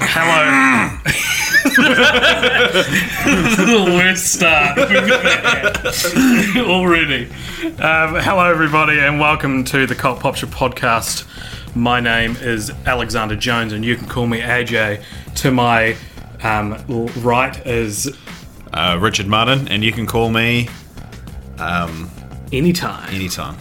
Hello. the worst start we've ever had already. Um, hello, everybody, and welcome to the Cult Popture podcast. My name is Alexander Jones, and you can call me AJ. To my um, l- right is Uh, Richard Martin, and you can call me anytime, anytime.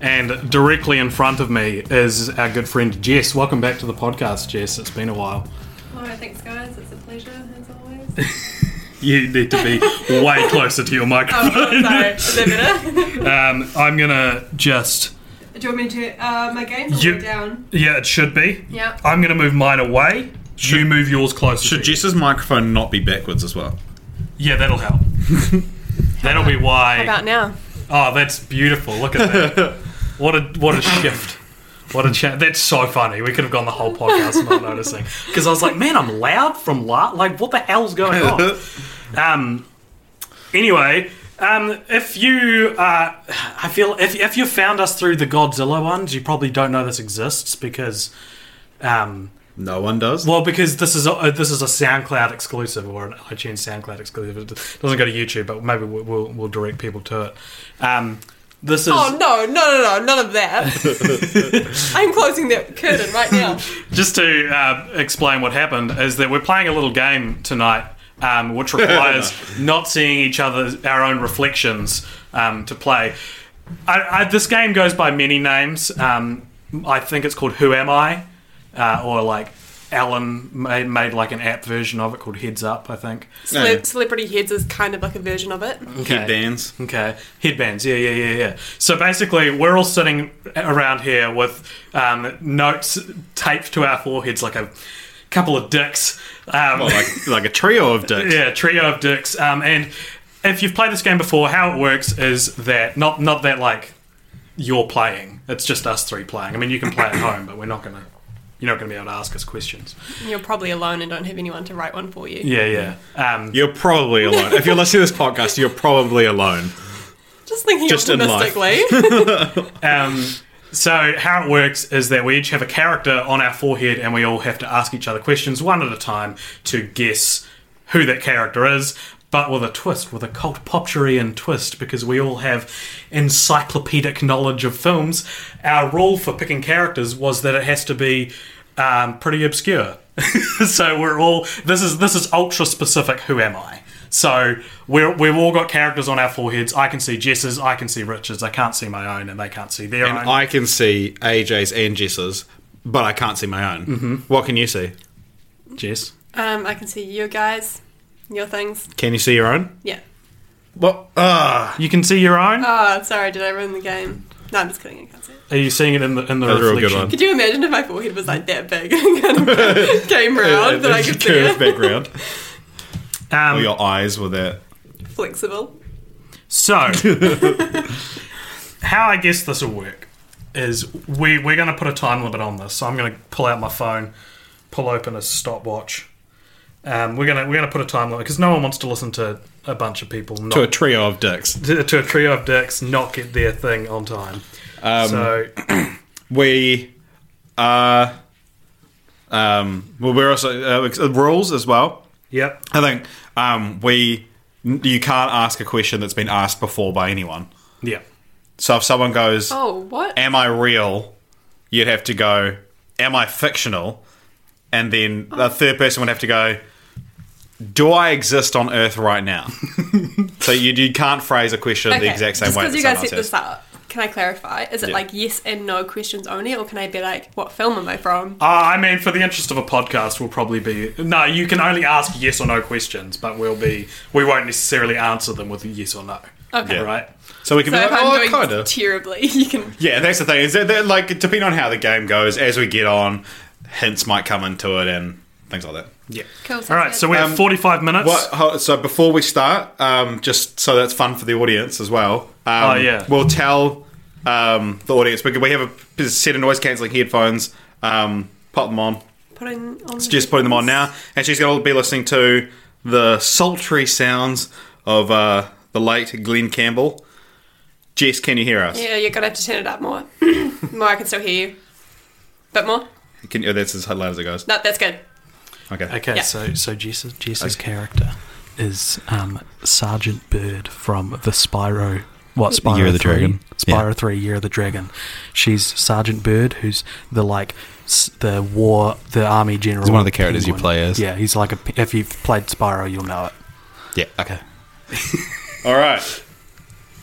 and directly in front of me is our good friend Jess. Welcome back to the podcast, Jess. It's been a while. Alright, thanks Oh, guys. It's a pleasure as always. You need to be way closer to your microphone. Sorry, is that better? Um, I'm gonna just. Do you want me to uh, my game's all the You- way down? Yeah, it should be. Yeah. I'm going to move mine away. you move yours closer. Should to you. Jess's microphone not be backwards as well? Yeah, that'll help. that'll be why. About now. Oh, that's beautiful. Look at that. what a what a shift. What a chat. That's so funny. We could have gone the whole podcast not noticing because I was like, man, I'm loud from la. Like, what the hell's going on? Um. Anyway. Um, if you, uh, I feel if, if you found us through the Godzilla ones, you probably don't know this exists because, um, No one does. Well, because this is a, uh, this is a SoundCloud exclusive or an iTunes SoundCloud exclusive. It doesn't go to YouTube, but maybe we'll we'll, we'll direct people to it. Um, this is Oh no, no, no, no, none of that. I'm closing that curtain right now. just to uh, explain what happened is that we're playing a little game tonight, um, which requires not seeing each other, our own reflections, um, to play. I, I, this game goes by many names. Um, I think it's called Who Am I, uh, or like Alan made, made like an app version of it called Heads Up. I think. Cele- Celebrity Heads is kind of like a version of it. Headbands. Okay, headbands. Yeah, yeah, yeah, yeah. So basically, we're all sitting around here with um, notes taped to our foreheads like a couple of dicks. Um, Well, Oh, like, like a trio of dicks. yeah, trio of dicks. Um, and if you've played this game before, how it works is that not not that like you're playing. It's just us three playing. I mean, you can play at home, but we're not gonna. You're not going to be able to ask us questions. You're probably alone and don't have anyone to write one for you. Yeah, yeah. Um, You're probably alone. if you're listening to this podcast, you're probably alone. Just thinking Just in life. optimistically. Um, so how it works is that we each have a character on our forehead, and we all have to ask each other questions one at a time to guess who that character is. But with a twist, with a cult popturian twist, because we all have encyclopedic knowledge of films. Our rule for picking characters was that it has to be um, pretty obscure. so we're all this is this is ultra specific. Who am I? So we're, we've all got characters on our foreheads. I can see Jess's, I can see Richard's, I can't see my own, and they can't see their And own. I can see AJ's and Jess's, but I can't see my own. What can you see? Jess, um, I can see you guys, your things. Can you see your own? Yeah. What? Ah, you can see your own. Oh, sorry, did I ruin the game? No, I'm just kidding, I can't see it. Are you seeing it in the in the That's a real good reflection? one. Could you imagine if my forehead was like that big and kind of came round that I There's a could see it? curved background. Um, Or your eyes were that. Flexible. Oh, So, how I guess this will work is we we're going to put a time limit on this. So I'm going to pull out my phone, pull open a stopwatch. Um, we're gonna we're gonna put a time limit because no one wants to listen to a bunch of people not To a trio of dicks. to, to a trio of dicks not get their thing on time. Um, so we are um well we're also uh, ex- rules as well yep, i think um we n- you can't ask a question that's been asked before by anyone yep, so if someone goes Oh, what? am i real you'd have to go am i fictional and then Oh. the third person would have to go do i exist on earth right now so you, you can't phrase a question the exact same just way because that you guys someone set else this up, can I clarify? Is it Yeah. like yes and no questions only, or can I be like, what film am I from? Uh, I mean, for the interest of a podcast, we'll probably be no. You can only ask yes or no questions, but we'll be we won't necessarily answer them with a yes or no. Okay. Yeah. right? So we can So be if like, I'm oh, doing kind of. terribly, you can. yeah, that's the thing. Is that, that, like, depending on how the game goes, as we get on, hints might come into it and things like that. Yeah. Cool, sounds All right, good. so we have 45 minutes. What, ho- so before we start, um, just so that's fun for the audience as well. Um, Oh, yeah. We'll tell um, the audience. We, we have a set of noise cancelling headphones. Um, pop them on. Putting on Just putting them on now, and she's going to be listening to the sultry sounds of uh, the late Glenn Campbell. Jess, can you hear us? Yeah, you're gonna have to turn it up more. more, I can still hear you. Bit more. Can, oh, that's as loud as it goes. No, that's good. Okay. Okay, Yeah. so so Jess's, Jess's character is um, Sergeant Bird from the Spyro. What Spyro Year of the 3? Dragon. Spyro Yeah. Three, Year of the Dragon. She's Sergeant Bird, who's the like s- the war, the army general. one of the characters you penguin. play as. Yeah, he's like a. p- If you've played Spyro, you'll know it. Yeah. Okay. All right.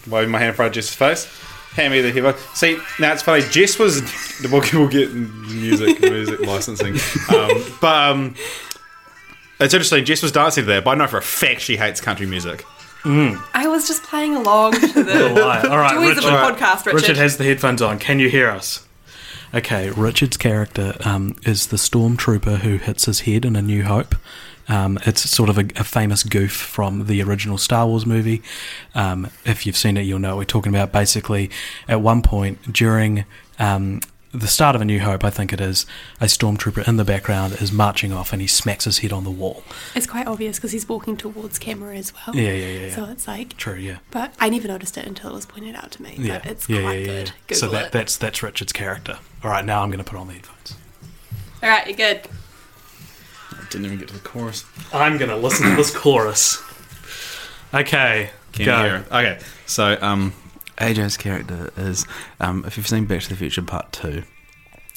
Waving my hand in front of Jess's face. Hand me the headphone. See, now it's funny. Jess was. We'll, we'll get music, music licensing. Um, but um, it's interesting. Jess was dancing there, but I know for a fact she hates country music. I was just playing along to All the right, all right, joys of Richard. a podcast, Richard. Richard has the headphones on. Can you hear us? Okay, Richard's character um, is the stormtrooper who hits his head in A New Hope. Um, it's sort of a, a famous goof from the original Star Wars movie. Um, if you've seen it, you'll know what we're talking about. Basically, at one point during um, the start of A New Hope, I think it is, a stormtrooper in the background is marching off and he smacks his head on the wall. it's quite obvious because he's walking towards camera as well. Yeah, yeah, yeah, yeah. So it's like. True, yeah. But I never noticed it until it was pointed out to me. But it's quite good. Google So that, it. that's that's Richard's character. All right, now I'm going to put on the headphones. All right, you're good. Didn't even get to the chorus. I'm going to listen to this chorus. Okay, Can go. you hear it? Okay. So, um, AJ's character is, um, if you've seen Back to the Future Part Two,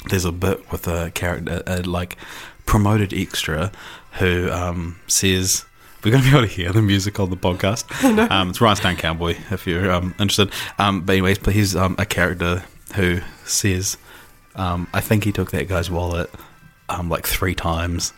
there's a bit with a character, a, like promoted extra, who um, says. We're going to be able to hear the music on the podcast. um, it's Rhinestone Cowboy, if you're um, interested. Um, but anyways, but he's um, a character who says, um, I think he took that guy's wallet um, like three times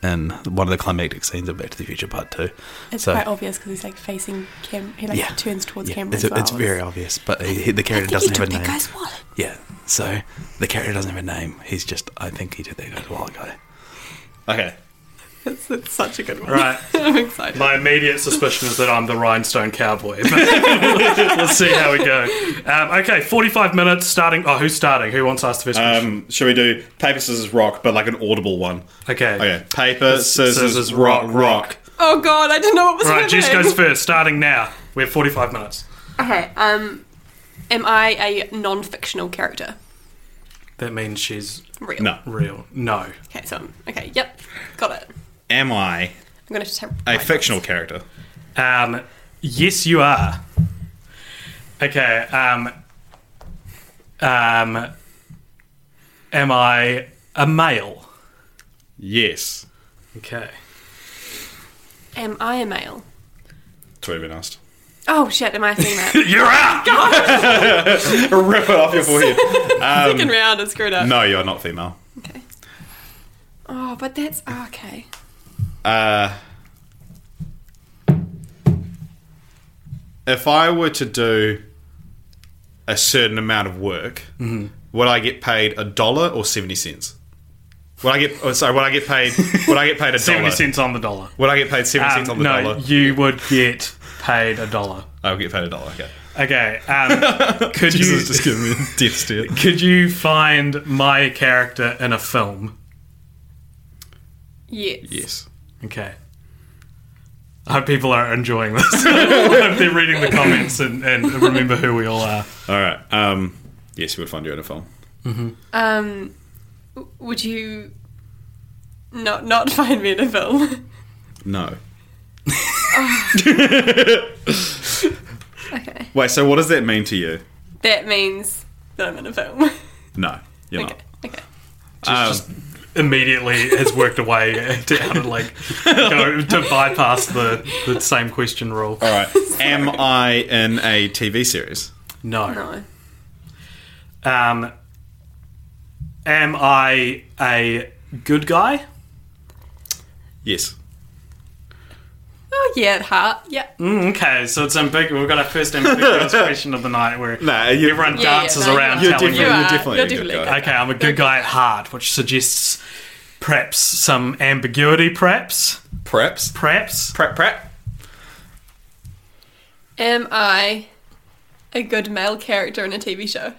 in one of the climactic scenes of Back to the Future Part 2. It's So- quite obvious because he's like facing camera. He like turns towards camera. It's, as well. it's very obvious, but he, he- the character I think doesn't he have took a that name. guy's wallet. Yeah, so the character doesn't have a name. He's just, I think he did that guy's wallet guy. okay. It's, it's such a good one. Right. I'm excited. My immediate suspicion is that I'm the rhinestone cowboy. Let's see how we go. Um, okay, 45 minutes starting. Oh, who's starting? Who wants to ask the first question? Um, should we do paper, scissors, rock, but like an audible one? okay. Okay. Paper, scissors, scissors, rock, rock, rock. rock. oh god, I didn't know what was Right, happening. Jess goes first, starting now. We have 45 minutes. Okay. Um, am I a non-fictional character? That means she's Real. No. real. No. Okay. So I'm, okay. Yep. Got it. Am I I'm gonna just have a fictional character? Um, yes, you are. Okay. Um, um, am I a male? Yes. Okay. Am I a male? That's what I've been asked. Oh shit! Am I a female? You're out! Rip it off your forehead. Second round, I screwed up. No, you're not female. Okay. Oh, but that's oh, okay. Uh, if I were to do a certain amount of work, would I get paid a dollar or seventy cents? Would I get? Oh, sorry, would I get paid? Would I get paid a 70 dollar? cents on the dollar. Would I get paid seventy Um, cents on the no, dollar? you would get paid a dollar. I would get paid a dollar. Okay. Okay. Um, could you Jesus, just giving me a death stare. could you find my character in a film? Yes. Yes. Okay. I hope people are enjoying this. I hope they're reading the comments and, and remember who we all are. All right. Um, yes, you would find you in a film. Um, w- would you not not find me in a film? No. okay. Wait. So, what does that mean to you? That means that I'm in a film. No, you're okay. Okay. not. Um, Immediately has worked a way to how to like go to bypass the, the same question rule. all right. Am I in a TV series? No. No. Um, am I a good guy? Yes. oh yeah, heart. Yeah. Okay, so it's ambiguous. We've got our first ambiguous question of the night where Nah, you- everyone Yeah, yeah, dances no, you around are. You're telling different. You You're are. definitely You're a good definitely guy. a Okay, I'm a good guy at heart, which suggests perhaps some ambiguity, perhaps. Preps. Perhaps. Prep, prep. Am I a good male character in a TV show?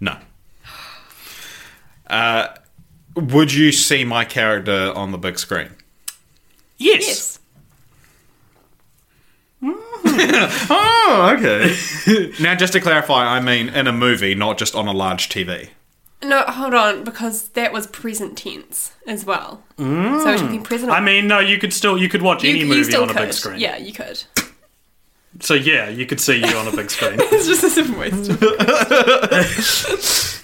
No. Uh, would you see my character on the big screen? Yes. Yes. Oh, okay. now, just to clarify, I mean in a movie, not just on a large TV. No, hold on, because that was present tense as well. So it should be present. Mm. I mean, no, you could still you could watch any movie on a could. big screen. Yeah, you could. So yeah, you could see you on a big screen. it's just a simple waste. of-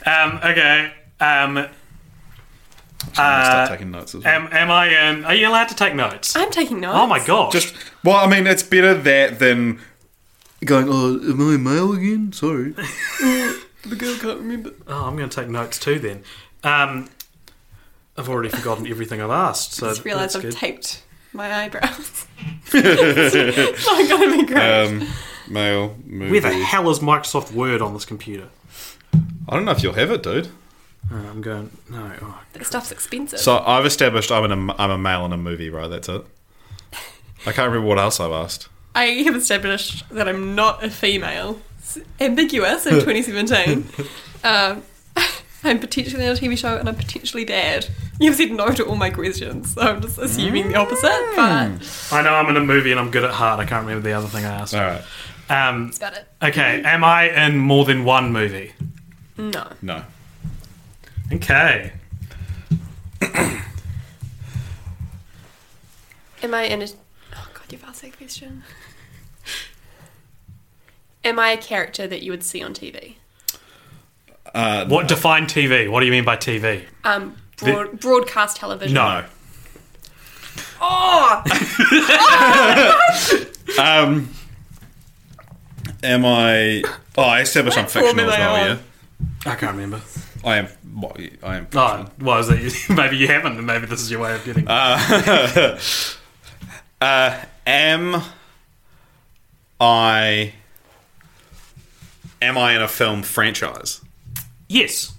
um, okay. Um, am, I'm gonna start taking notes as well. am I? Um, are you allowed to take notes? I'm taking notes. oh my gosh! Just well, I mean, it's better that than going. Oh, am I male again? Sorry. The girl can't remember. oh, I'm going to take notes too. Then um, I've already forgotten everything I've asked. So I just realised I've that's good. taped my eyebrows. it's not gonna be great. Um, male movie. Where the hell is Microsoft Word on this computer? I don't know if you'll have it, dude. Uh, I'm going. No. Oh, That stuff's expensive. So I've established I'm an, I'm a male in a movie, right? That's it. I can't remember what else I've asked. I have established that I'm not a female. It's ambiguous in 2017. um, I'm potentially on a TV show and I'm potentially dad. You've said no to all my questions, so I'm just assuming the opposite, but that's I know I'm in a movie and I'm good at heart. I can't remember the other thing I asked. All right. Um, about it. okay, am I in more than one movie? No. No. Okay. Am I in a. Oh god, you've asked that question. Am I a character that you would see on TV? What define TV? What do you mean by TV? Um, broad, broadcast television? No. Oh! Um. Am I? Oh, I established I'm fictional as well. Yeah. Formula I can't remember. I am. Well, I am. Oh, well, is that, maybe you haven't, and maybe this is your way of getting. Uh, Am I? Am I in a film franchise? yes.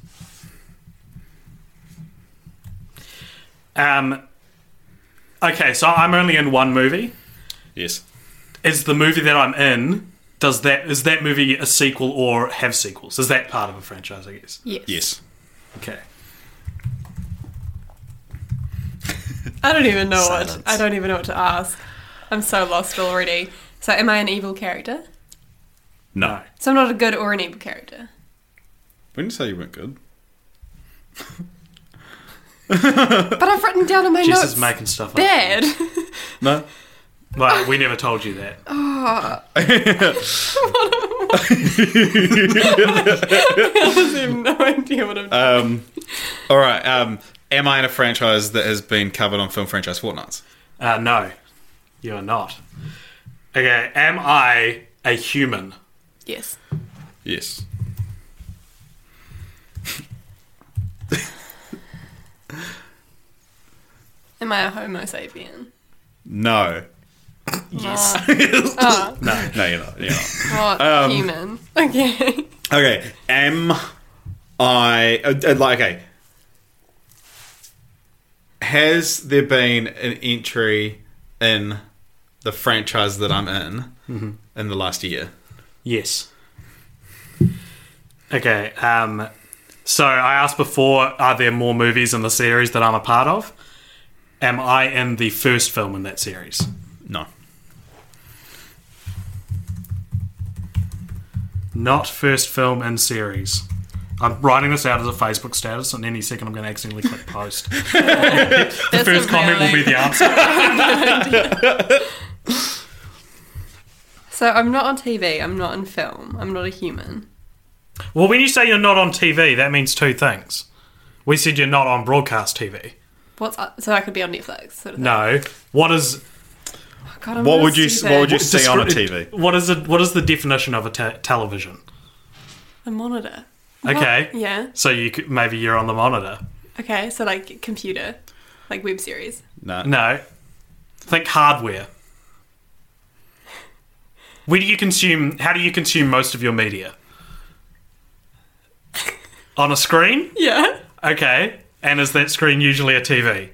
Um. Okay, so I'm only in one movie. Yes. Is the movie that I'm in? Does that is that movie a sequel or have sequels? Is that part of a franchise? I guess. Yes. Yes. Okay. I don't even know Silence. what I don't even know what to ask. I'm so lost already. So am I an evil character? No. So I'm not a good or an evil character. When you say you weren't good, But I've written down in my Jess notes is making stuff up. bad. no. Well, we never told you that. I have no idea what I'm doing. Um. all right. Um. Am I in a franchise that has been covered on film franchise fortnights? Uh, no, you are not. Okay, am I a human? yes. Yes. Am I a homo sapien? No. Yes. No, you're not. You're not. not Um, human. Okay. Okay. Am I uh, uh, like okay? Has there been an entry in the franchise that I'm in Mm-hmm. in the last year? Yes. Okay. Um, so I asked before, are there more movies in the series that I'm a part of? Am I in the first film in that series? No. Not first film in series. I'm writing this out as a Facebook status, and any second I'm going to accidentally click post. The First comment will be the answer. So I'm not on TV. I'm not in film. I'm not a human. Well, when you say you're not on TV, that means two things. We said you're not on broadcast TV. What's up? so I could be on Netflix? Sort of thing. No. What is Oh, God, I'm What not would you- stupid. what would you- See on a descri- TV. What is it? What is the definition of a te- television? A monitor. Okay. What? Yeah. So you could, maybe you're on the monitor. Okay. So like computer, like web series. No. No. Think hardware. Where do you consume? How do you consume most of your media? On a screen? Yeah. Okay. And is that screen usually a TV?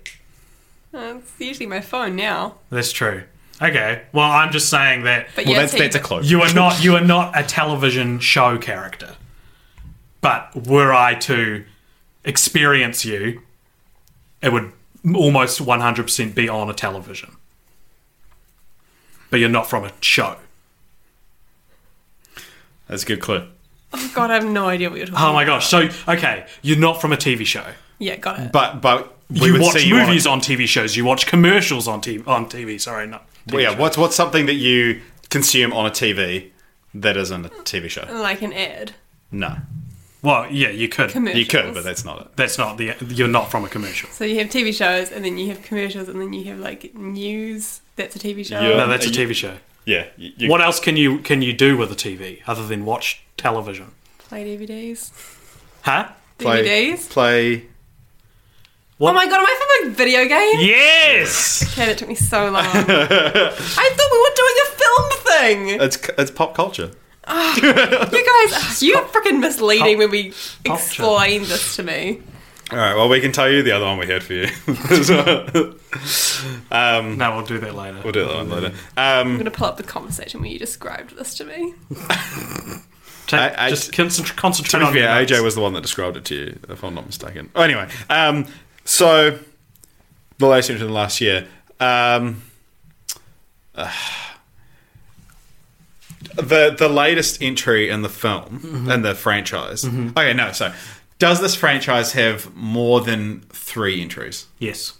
Uh, It's usually my phone now. That's true. Okay. Well, I'm just saying that But Well, yeah, that's so you- that's a clue. you are not you are not a television show character. But were I to experience you, it would almost 100% be on a television. But you're not from a show. That's a good clue. Oh God, I have no idea what you're talking. Oh my gosh. So, okay, you're not from a TV show. Yeah, got it. But but we you would watch see you movies on. on, TV shows. You watch commercials on TV. On TV, sorry, not. Well, TV yeah, show. what's what's something that you consume on a TV that isn't a TV show? like an ad. No, Well, yeah, you could. Commercials. you could, but that's not it. That's not the. You're not from a commercial. So you have TV shows, and then you have commercials, and then you have like news. That's a TV show. Yeah. No, that's a Uh, You- TV show. Yeah, you, you- What else can you can you do with a TV other than watch television? Play DVDs. Huh? play, DVDs. Play. Oh my God, am I from a video game? Yes. Okay, that took me so long. I thought we were doing a film thing. It's it's pop culture. You guys, you are freaking misleading when we culture. explain this to me. All right. Well, we can tell you the other one we had for you. No, we'll do that later. we'll do that one later. I'm going to pull up the conversation where you described this to me. Take- I- I- just concentrate. concentrate To on be fair, your notes. AJ was the one that described it to you, if I'm not mistaken. Oh, anyway, um, so the last incident last year. Um, uh, the the latest entry in the film Mm-hmm. in the franchise. Okay, no, so does this franchise have more than three entries? Yes,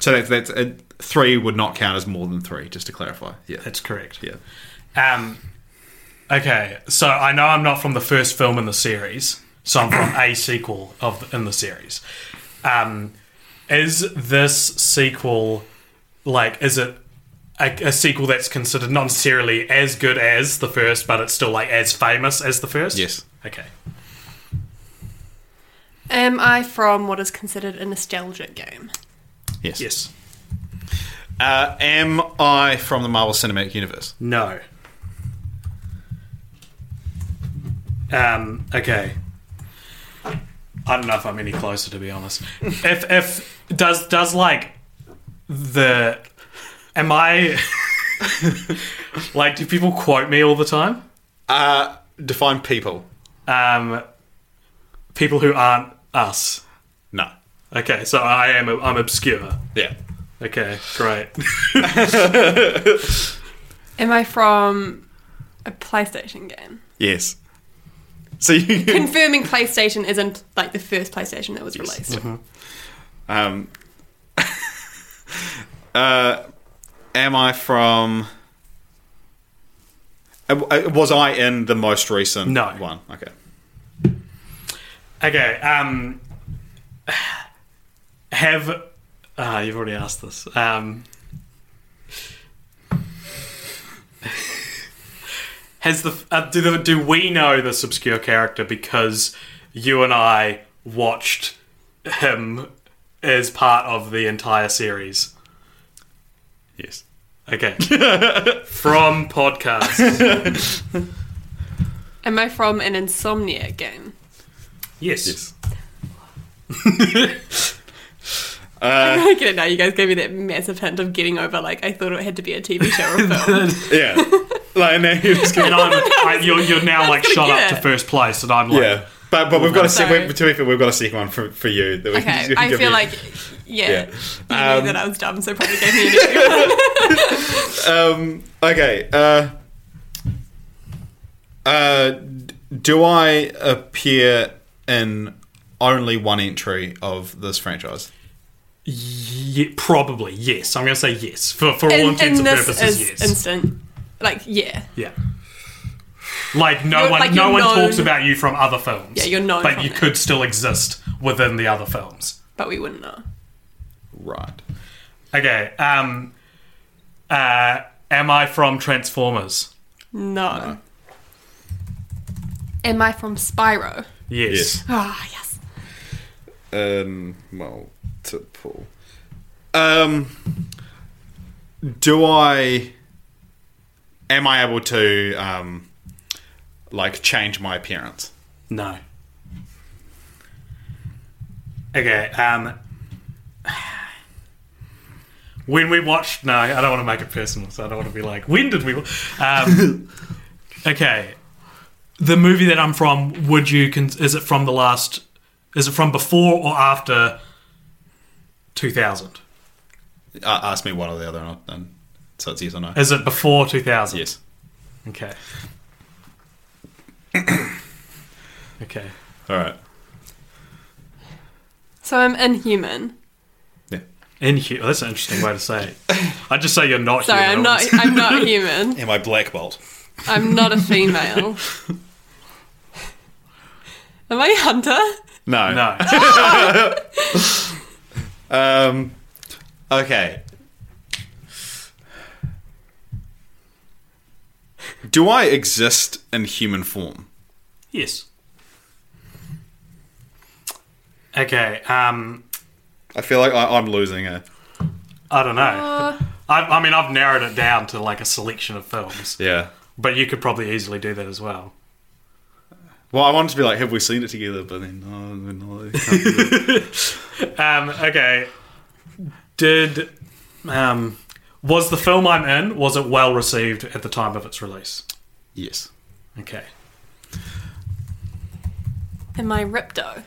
So that's that's uh, three would not count as more than three. Just to clarify, yeah, that's correct. yeah. Um, okay, so I know I'm not from the first film in the series, so I'm from a sequel of in the series. Um, is this sequel like is it a, a sequel that's considered not necessarily as good as the first, but it's still like as famous as the first? Yes. Okay. Am I from what is considered a nostalgic game? yes, Yes. Uh, am I from the Marvel Cinematic Universe? No. Um, okay. I don't know if I'm any closer to be honest. if if does does like the am I like do people quote me all the time? Uh, define people. Um people who aren't us. No. Okay, so I am I'm obscure. Yeah. Okay, great. Am I from a PlayStation game? Yes. So you. Confirming PlayStation isn't like the first PlayStation that was released. Um, uh, am I from? Uh, uh, Was I in the most recent No. one? Okay. Okay. Um, have ah, you've already asked this. Um, has the uh, do the, do we know this obscure character because you and I watched him as part of the entire series? Yes. Okay, from podcast. Am I from an Insomnia game? Yes. Yes. I get it now. You guys gave me that massive hint of getting over. Like I thought it had to be a TV show or a film. Yeah. like now you just And I'm, I, you're, you're now like gonna shot get up to it. first place, and I'm like, yeah. But but we've got a sec- Sorry. we- to be fair, we've got a second one for, for you that we Okay, can I give feel you. like yeah, Um, Yeah. you knew that I was dumb, so probably gave me an issue. um okay uh uh d- do I appear in only one entry of this franchise? Ye probably yes. I'm going to say yes for for all in, intents in and this purposes. is yes. instant. Like yeah, yeah. Like no You're- one, like, no you're one known- talks about you from other films. Yeah, you're known but from you it. could still exist within the other films. but we wouldn't know. Right. Okay. Um. Uh. Am I from Transformers? No. Am I from Spyro? Yes. Ah, yes. Um multiple. Um do I am I able to um, like change my appearance? No. Okay. Um. When we watched, no, I don't want to make it personal, so I don't want to be like, when did we? wa-" Um, okay. The movie that I'm from, would you? Con- is it from the last? Is it from before or after 2000? Uh, ask me one or the other, and, I'll- and so it's yes or no. Is it before 2000? Yes. Okay. okay. All right. So I'm inhuman. Yeah. Inhu- oh, that's an interesting way to say it. I just say you're not. Sorry, human. I'm not. I'm not human. Am I Black Bolt? I'm not a female. Am I a hunter? No. No. Um, okay. Do I exist in human form? yes. Okay. Um. I feel like I, I'm losing a. I don't know. Uh. I, I mean, I've narrowed it down to like a selection of films, Yeah. but you could probably easily do that as well. Well, I wanted to be like, have we seen it together? But then, no, no. I can't do it. Um. Okay. Did um. Was the film I'm in was it well received at the time of its release? yes. Okay. Am I Ripto?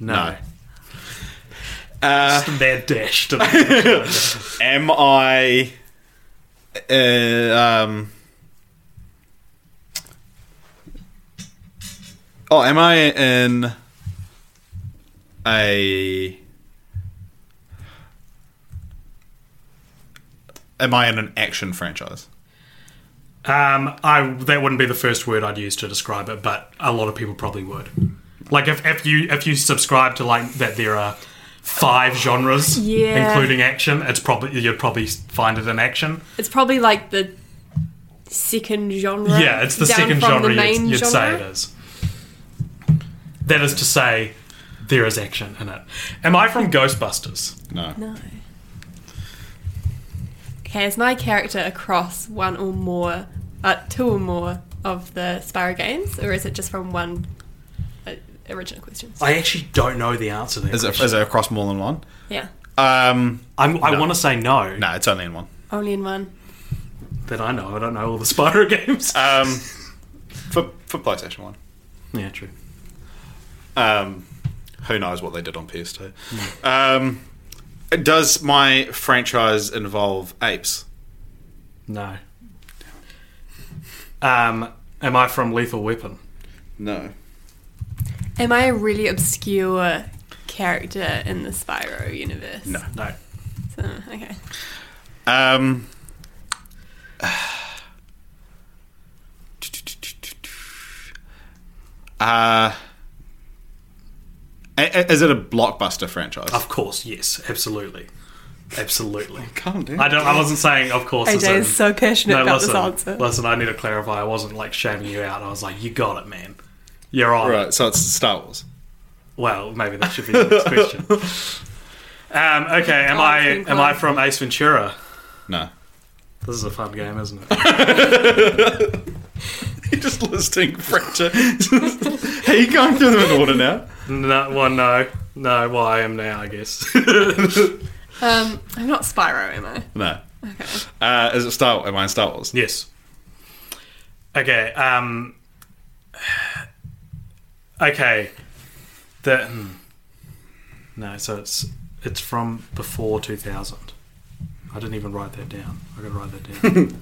No. Just a mad dash. To the Am I? Uh, um. Oh, am I in a? Am I in an action franchise? Um, I that wouldn't be the first word I'd use to describe it, but a lot of people probably would. Like if, if you if you subscribe to like that there are five genres, Yeah. including action, it's probably you'd probably find it in action. It's probably like the second genre. Yeah, it's the down second from genre the you'd, main you'd genre. say it is. That is to say, there is action in it. Am I from Ghostbusters? No. No. Okay, is my character across one or more, uh, two or more of the Spyro games, or is it just from one uh, original question? I actually don't know the answer to that. Is it question. is it across more than one? Yeah, Um, I'm, I want to say no, no, it's only in one. only in one. that I know. I don't know all the Spyro games. Um, for for PlayStation One. yeah, true. Um, who knows what they did on PS2? Um, does my franchise involve apes? No. Um, am I from Lethal Weapon? No. Am I a really obscure character in the Spyro universe? No. No. So, okay. Um, uh, i- i- is it a blockbuster franchise? Of course, yes, absolutely, absolutely. Calm down. I don't. I wasn't saying, of course. as in- passionate no, listen, listen. I need to clarify. I wasn't like shaming you out. I was like, you got it, man. You're on. Right, so it's Star Wars. Well, maybe that should be the next question. Um, okay, am Oh, I it's been am I close. from Ace Ventura? No. This is a fun game, isn't it? You're just listing franchises. Are you going through them in order now? no, well, no, no. Well, I am now, I guess. Um, I'm not Spyro, am I? No. Okay. Uh, is it Star Wars? Am I in Star Wars? Yes. Okay. Um. Okay. The. hmm. No, so it's it's from before two thousand. I didn't even write that down. I gotta write that down.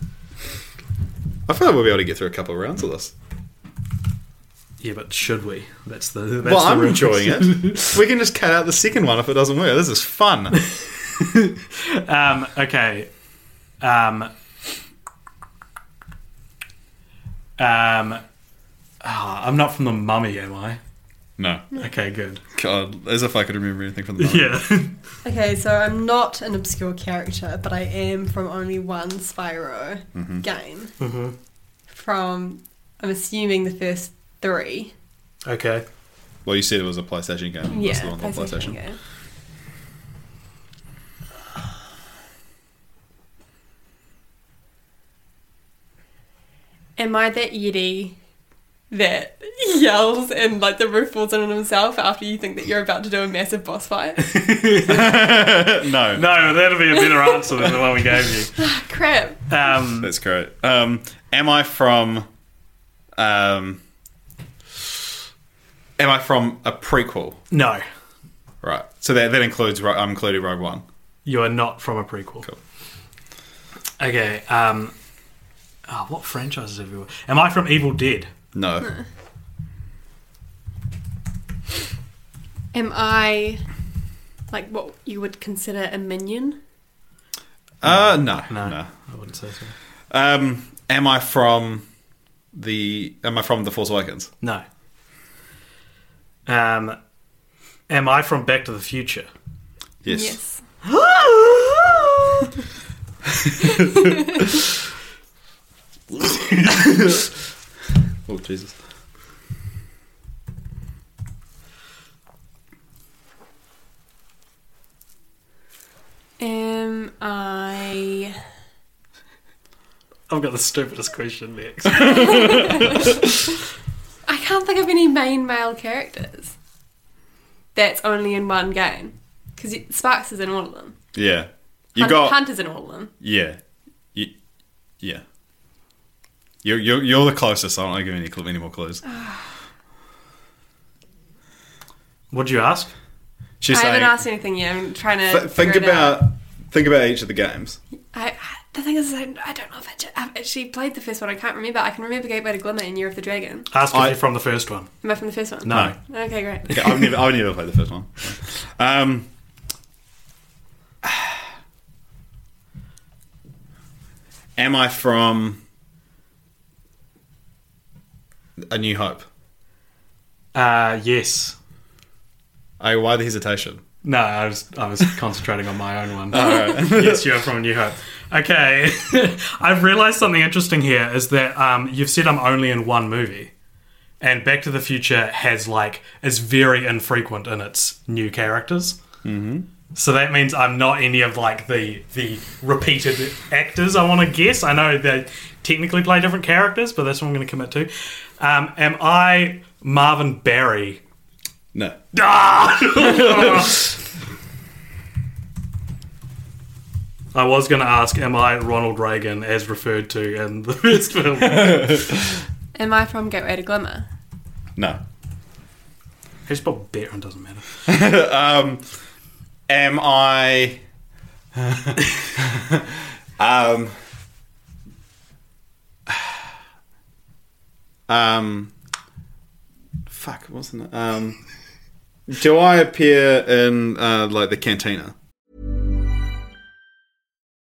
I feel like we'll be able to get through a couple of rounds of this. yeah, but should we? That's the. That's well, the I'm real enjoying it. we can just cut out the second one if it doesn't work. This is fun. Um. Okay. Um. Um. ah, I'm not from the mummy, am I? no. Okay, good. God, as if I could remember anything from the moment. Yeah. Okay, so I'm not an obscure character, but I am from only one Spyro game. Mm-hmm. From, I'm assuming the first three. okay. Well, you said it was a PlayStation game. That's the Yeah, one on PlayStation. game. Am I that Yeti that yells and like the roof falls in on himself after you think that you're about to do a massive boss fight? No, No, that'll be a better answer than the one we gave you. Crap. Um, that's great. Um, am I from? Um, am I from a prequel? no, Right. So that that includes. Ro- I'm included Rogue One. you are not from a prequel. Cool. Okay. Um, oh, what franchises have you? Am I from Evil Dead? No. Am I like what you would consider a minion? Uh, no. No. I wouldn't say so. Um, am I from the? Am I from the Force Awakens? No. Um, am I from Back to the Future? Yes. Yes. Oh Jesus. Am I I've got the stupidest question next. I can't think of any main male characters. That's only in one game. Because Sparks is in all of them. Yeah. You Hunt- got. Hunter's in all of them. Yeah. You, yeah. You're, you're, you're the closest. I'm not giving any, cl- any more clues. What'd you ask? She's I saying, haven't asked anything yet. I'm trying to th- think figure it out. about think about each of the games. I, I- the thing is, I, I don't know if I ju- I've actually played the first one. I can't remember. I can remember Gateway to Glimmer and Year of the Dragon. Ask if I- you're from the first one. Am I from the first one? No. Okay, great. Okay, I've never I've never played the first one. Um, am I from A New Hope? Uh, yes. Oh, why the hesitation? No, I was I was concentrating on my own one. yes, you are from New Hope. Okay, I've realised something interesting here is that um, you've said I'm only in one movie, and Back to the Future has like is very infrequent in its new characters. Mm-hmm. So that means I'm not any of like the the repeated actors. I want to guess. I know they technically play different characters, but that's what I'm going to commit to. Um, am I Marvin Barry? No. I was going to ask, am I Ronald Reagan as referred to in the first film? Am I from Gateway to Glimmer? No. Who's Bob Barron doesn't matter. Um, Am I um um fuck what's the name? um do I appear in uh, like the cantina?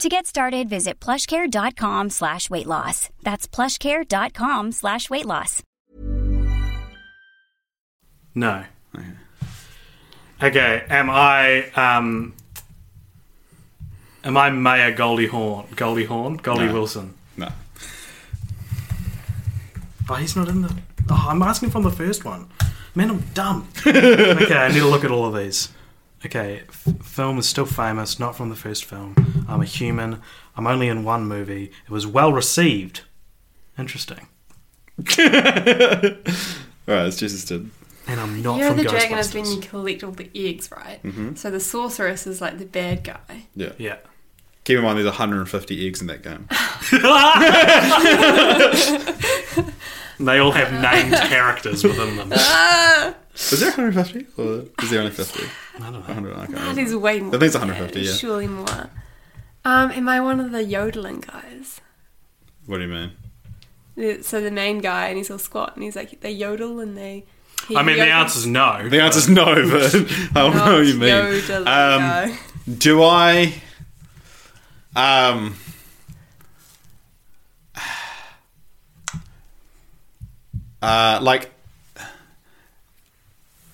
To get started, visit plushcare.com slash weight loss. That's plushcare.com slash weight loss. No. Okay, am I um am I Mayor Goldie Horn? Goldie Horn? Goldie No. Wilson? No. Oh, he's not in the. Oh, I'm asking from the first one. Man, I'm dumb. okay, I need to look at all of these. Okay, f- film is still famous, not from the first film. I'm a human. I'm only in one movie. It was well received. Interesting. All right, it's just did. And I'm not Year of from the Ghostbusters. Dragon is when you collect all the eggs, right? So the sorceress is like the bad guy. Yeah. Yeah. Keep in mind, there's 150 eggs in that game. They all have named characters within them. I Is there 150 or is there only 50? I don't know. 100, I can't That remember. is way more. I think it's than 150, that, yeah. Surely more. Um, am I one of the yodeling guys? What do you mean? The- So the main guy, and he's all squat, and he's like, they yodel and they. he mean, the yodels. answer's no. The answer's no, but I don't know what you mean. Yodeling Um, guy. Do I? Um. Uh, like,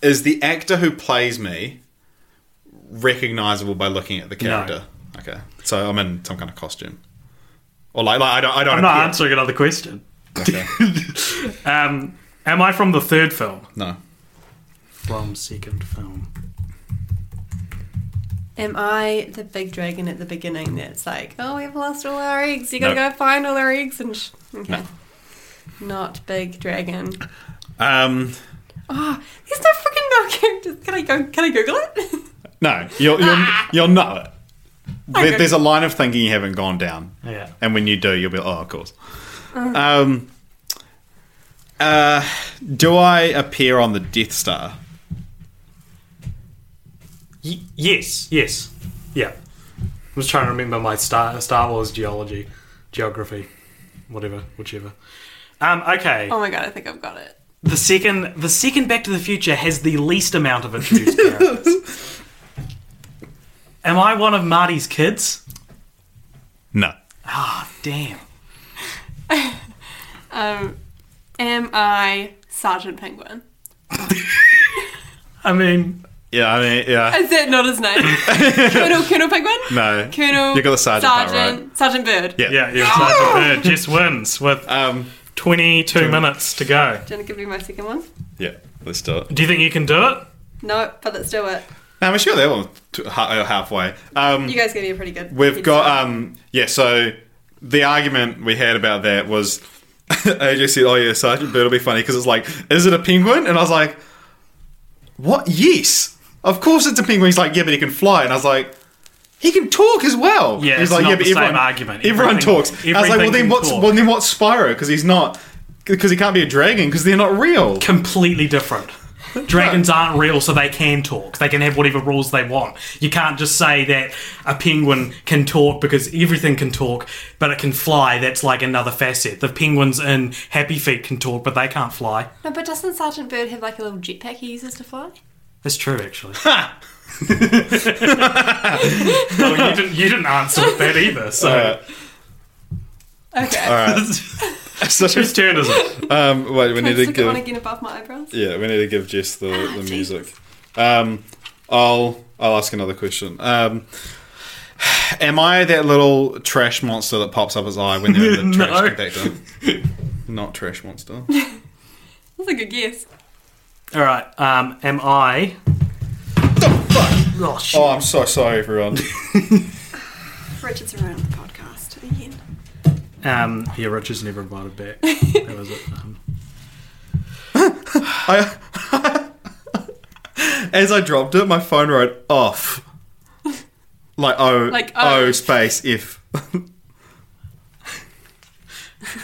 Is the actor who plays me recognizable by looking at the character? Okay, so I'm in some kind of costume, or like, like I don't, I don't. I'm not appear- answering another question. Okay. Um, am I from the third film? No, From second film. Am I the big dragon at the beginning that's like, oh, we've lost all our eggs. You gotta No. go find all our eggs and. Sh- okay. Not big dragon. um, Oh, there's no freaking milk characters. Can I go? Can I Google it? no, you'll you'll, you'll know it. There- Okay. There's a line of thinking you haven't gone down. Yeah. And when you do, you'll be like, oh, of course. Um, uh, do I appear on the Death Star? Y- yes, yes, yeah. I was trying to remember my Star Star Wars geology, geography, whatever, whichever. Um, okay. oh my god, I think I've got it. The second, the second Back to the Future has the least amount of introduced characters. Am I one of Marty's kids? No. Damn. Um, am I Sergeant Penguin? I mean, Yeah, I mean, yeah. Is that not his name? Colonel Colonel Penguin? No. Colonel. You got the sergeant part Sergeant, sergeant Bird. Yeah. yeah, you're excited. Jess wins with Um, 22 minutes to go. Do you want to give me my second one? yeah, let's do it. Do you think you can do it? No, but let's do it. No, I'm sure that one halfway. Um, You guys gave me a pretty good. We've got um yeah, so the argument we had about that was AJ said, "Oh yeah, Sergeant Bird will be funny because it's like, is it a penguin?" And I was like, "What? Yes, of course it's a penguin." He's like, "Yeah, but he can fly," and I was like. He can talk as well. Yeah, he's it's like, not yeah, the but same everyone, argument. Everyone Everything- talks. I was like, well, everything then can what's talk. well, then what's Spyro? Because he's not, because he can't be a dragon because they're not real. completely different. Dragons aren't real, so they can talk. They can have whatever rules they want. You can't just say that a penguin can talk because everything can talk, but it can fly. That's like another facet. The penguins in Happy Feet can talk, but they can't fly. No, but doesn't Sergeant Bird have like a little jetpack he uses to fly? That's true, actually. well, you didn't, you didn't answer with that either, so Uh, Okay. so, whose turn is it? um, wait, we Can I need just to look at one give. again above my eyebrows? Yeah, we need to give Jess the, the Ah, Jesus. music. Um, I'll I'll ask another question. Um, am I that little trash monster that pops up his eye when they're in the No. trash compactor? Not trash monster. That's a good guess. All right, um, am I? Oh, shit. Oh, I'm so sorry, everyone. Richard's around the podcast again. Um, yeah, Richard's never invited back. that was it. Um, I, as I dropped it, my phone wrote off. Like oh, Like, oh, oh. space if.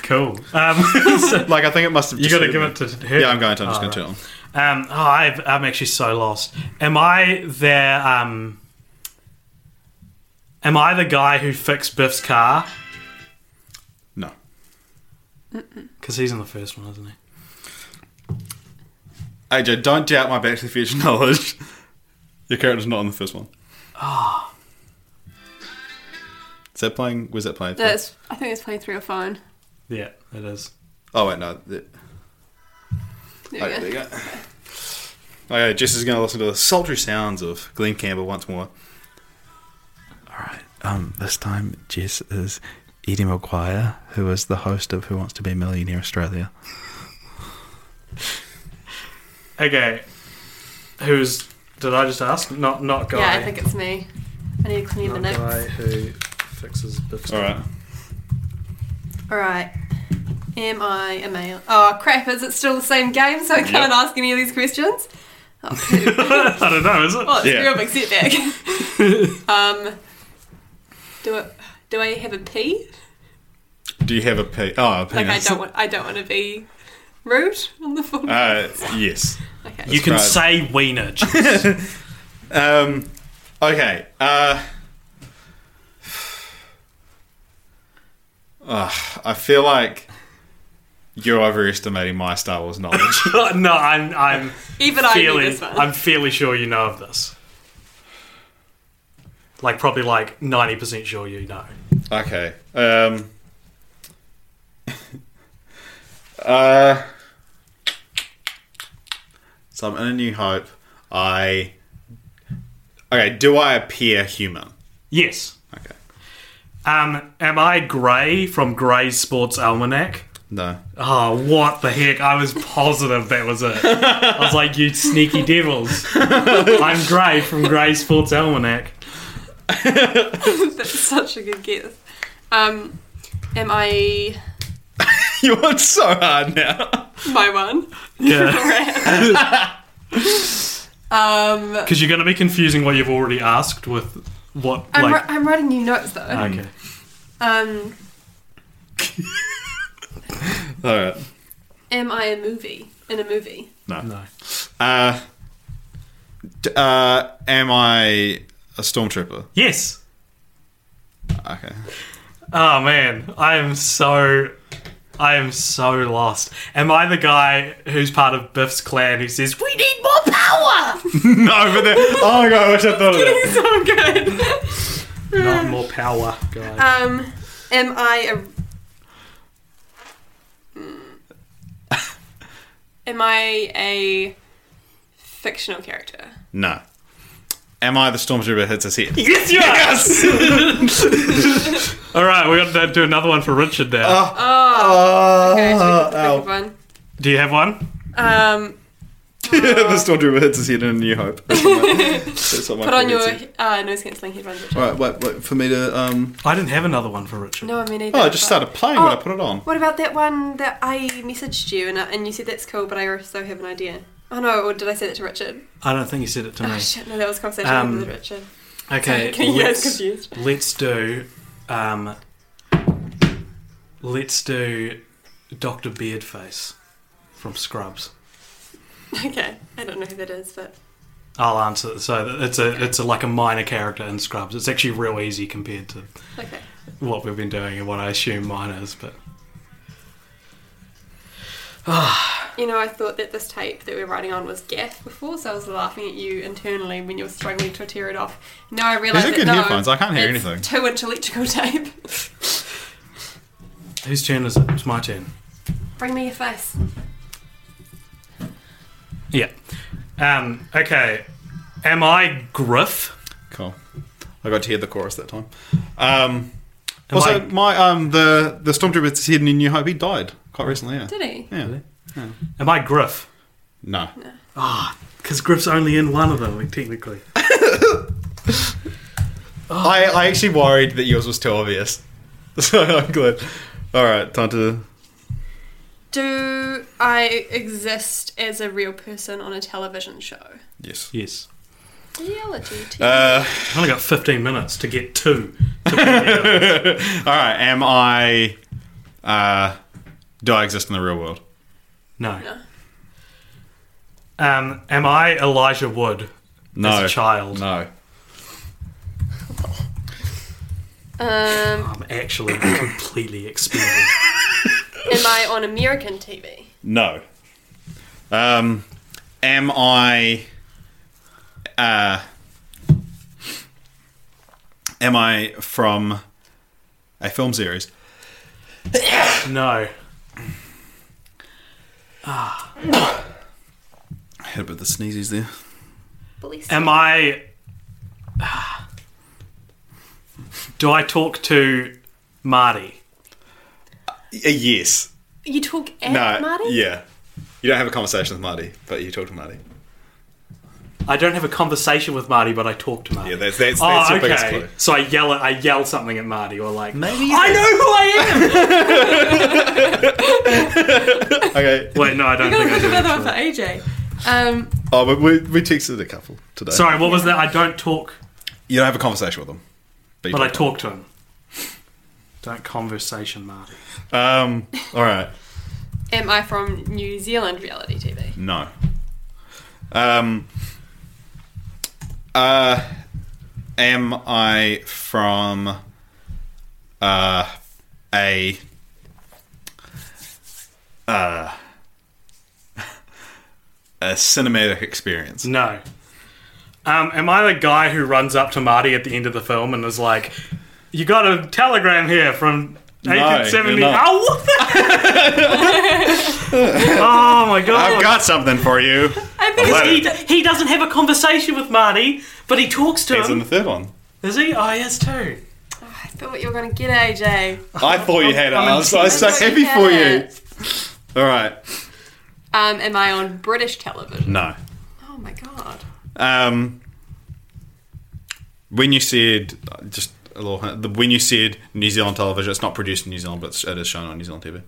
cool. Um, like I think it must have. You just got to hit give me. it to her. Yeah, I'm going to. I'm just Oh, going to turn it on. right. Um, oh, I've, I'm actually so lost. Am I there? Um, am I the guy who fixed Biff's car? No. Because he's in the first one, isn't he? AJ, don't doubt my Back to the Future knowledge. Your character's not in the first one. Ah. Is that playing? Was that playing? That's, I think it's playing through your phone. Yeah, it is. Oh, wait, no. The- There okay, we there go. you go. Okay, Jess is going to listen to the sultry sounds of Glenn Campbell once more. Alright, um, this time Jess is Eddie McGuire, who is the host of Who Wants to Be a Millionaire Australia. Okay, who's? Did I just ask? Not not guy. Yeah, I think it's me. I need to clean the not guy notes. who fixes Biff's. All right. Alright. Am I a male? Oh crap, is it still the same game so I can't ask any of these questions? I don't know. Is it? Oh, it's Yeah. a real big setback. um, do I, do I have a P? Do you have a pe- Oh, a Like I penis. don't want I don't want to be rude on the phone. Uh, yes. okay. You can right. say wiener. Um, okay. Uh, Ugh, uh, I feel like you're overestimating my Star Wars knowledge. no, I'm I'm Even I knew fairly, this one. I'm fairly sure you know of this. Like probably like ninety percent sure you know. Okay. Um. uh. So I'm in A New Hope. I. Okay, do I appear human? Yes. Okay. Um, am I Grey from Grey's Sports Almanac? No. Oh, what the heck? I was positive that was it. I was like, you sneaky devils. I'm Grey from Grey's Sports Almanac. That's such a good guess. Um, am I you want so hard now. my one? Yeah. Um, Because you're going to be confusing what you've already asked with what, I'm, like. ri- I'm writing new notes though. okay. Um, All right. am I a movie? In a movie? No. No. Uh, d- uh, am I a stormtrooper? Yes. Okay. Oh, man. I am so. I am so lost. Am I the guy who's part of Biff's clan who says, We need more power! No, but then, oh my god, I wish I thought of that. so good. Not more power, guy. Um, am I a? Mm. am I a fictional character? No. Am I the stormtrooper hits his head? Yes, you are. All right, we're gonna do another one for Richard now. Uh. Ah, Uh, Okay, so we have to think of one. do you have one? Um, the stormtrooper hits his head in A New Hope. That's what my- that's what my put on thought your is. uh, nose cancelling headphones. Richard. Alright, wait, wait, for me to. Um, I didn't have another one for Richard. No, I mean either. oh, I just but- started playing when I put it on. What about that one that I messaged you and, uh, and you said that's cool, but I also have an idea. Oh no, or did I say that to Richard? I don't think you said it to me. Oh shit, no, that was a conversation Um, with Richard. Okay, Sorry, yeah, I was let's, confused. let's do, um, let's do Doctor Beardface from Scrubs. Okay, I don't know who that is, but I'll answer. it. So it's a it's a, like a minor character in Scrubs. It's actually real easy compared to okay. what we've been doing and what I assume mine is. But You know, I thought that this tape that we're writing on was gaff before, so I was laughing at you internally when you were struggling to tear it off. Now I realise are that good no, headphones, I can't hear it's anything. Two-inch electrical tape. whose turn is it? It's my turn. Bring me your face. Yeah. Um, okay. Am I Griff? Cool. I got to hear the chorus that time. Um, also, I- my um, the the stormtrooper hits his head in New Hope. He died quite recently. Yeah. Did he? Yeah. Am I Griff? No. Because Griff's only in one of them, like, technically. I, I actually worried that yours was too obvious. So I'm glad. All right, time to. Do I exist as a real person on a television show? Yes. Yes. Reality TV. Uh, I've only got 15 minutes to get two. all right. Am I? Uh, do I exist in the real world? No. Um, am I Elijah Wood? No. As a child. No. Um, I'm actually completely exploded. am I on American TV? No. Um, am I? Uh, am I from a film series? No. I had a bit of the sneezes there. Police. Am I. ah. Do I talk to Marty? Uh, yes. you talk at No. Marty? Yeah. You don't have a conversation with Marty, but you talk to Marty. I don't have a conversation with Marty, but I talk to Marty. Yeah, that's that's, Oh, that's your biggest okay. clue. So I yell at, I yell something at Marty, or like, Maybe I know who I am. Okay. Wait, no, I don't Gotta think I think do. of another one actually. for AJ. Um, Oh, but we we texted a couple today. Sorry, what was that? I don't talk, You don't have a conversation with them, you but I talk to him. Don't conversation, Marty. Um. All right. am I from New Zealand reality TV? No. Um. Uh. Am I from uh a uh a cinematic experience? No. Um, am I the guy who runs up to Marty at the end of the film and is like, "You got a telegram here from 1870." you're not. oh, what the- oh my god! Oh, I've got something for you. I I think Hello. it's- he, he doesn't have a conversation with Marty, but he talks to He's in him. the third one. Is he? Oh, he is too. I feel what you're going to get, AJ. I thought you had it. I was, I was so I thought you happy had for it. you. All right. Um, am I on British television? No. Oh my god. Um, when you said just a little hint, the- when you said New Zealand television, it's not produced in New Zealand, but it's- it is shown on New Zealand TV.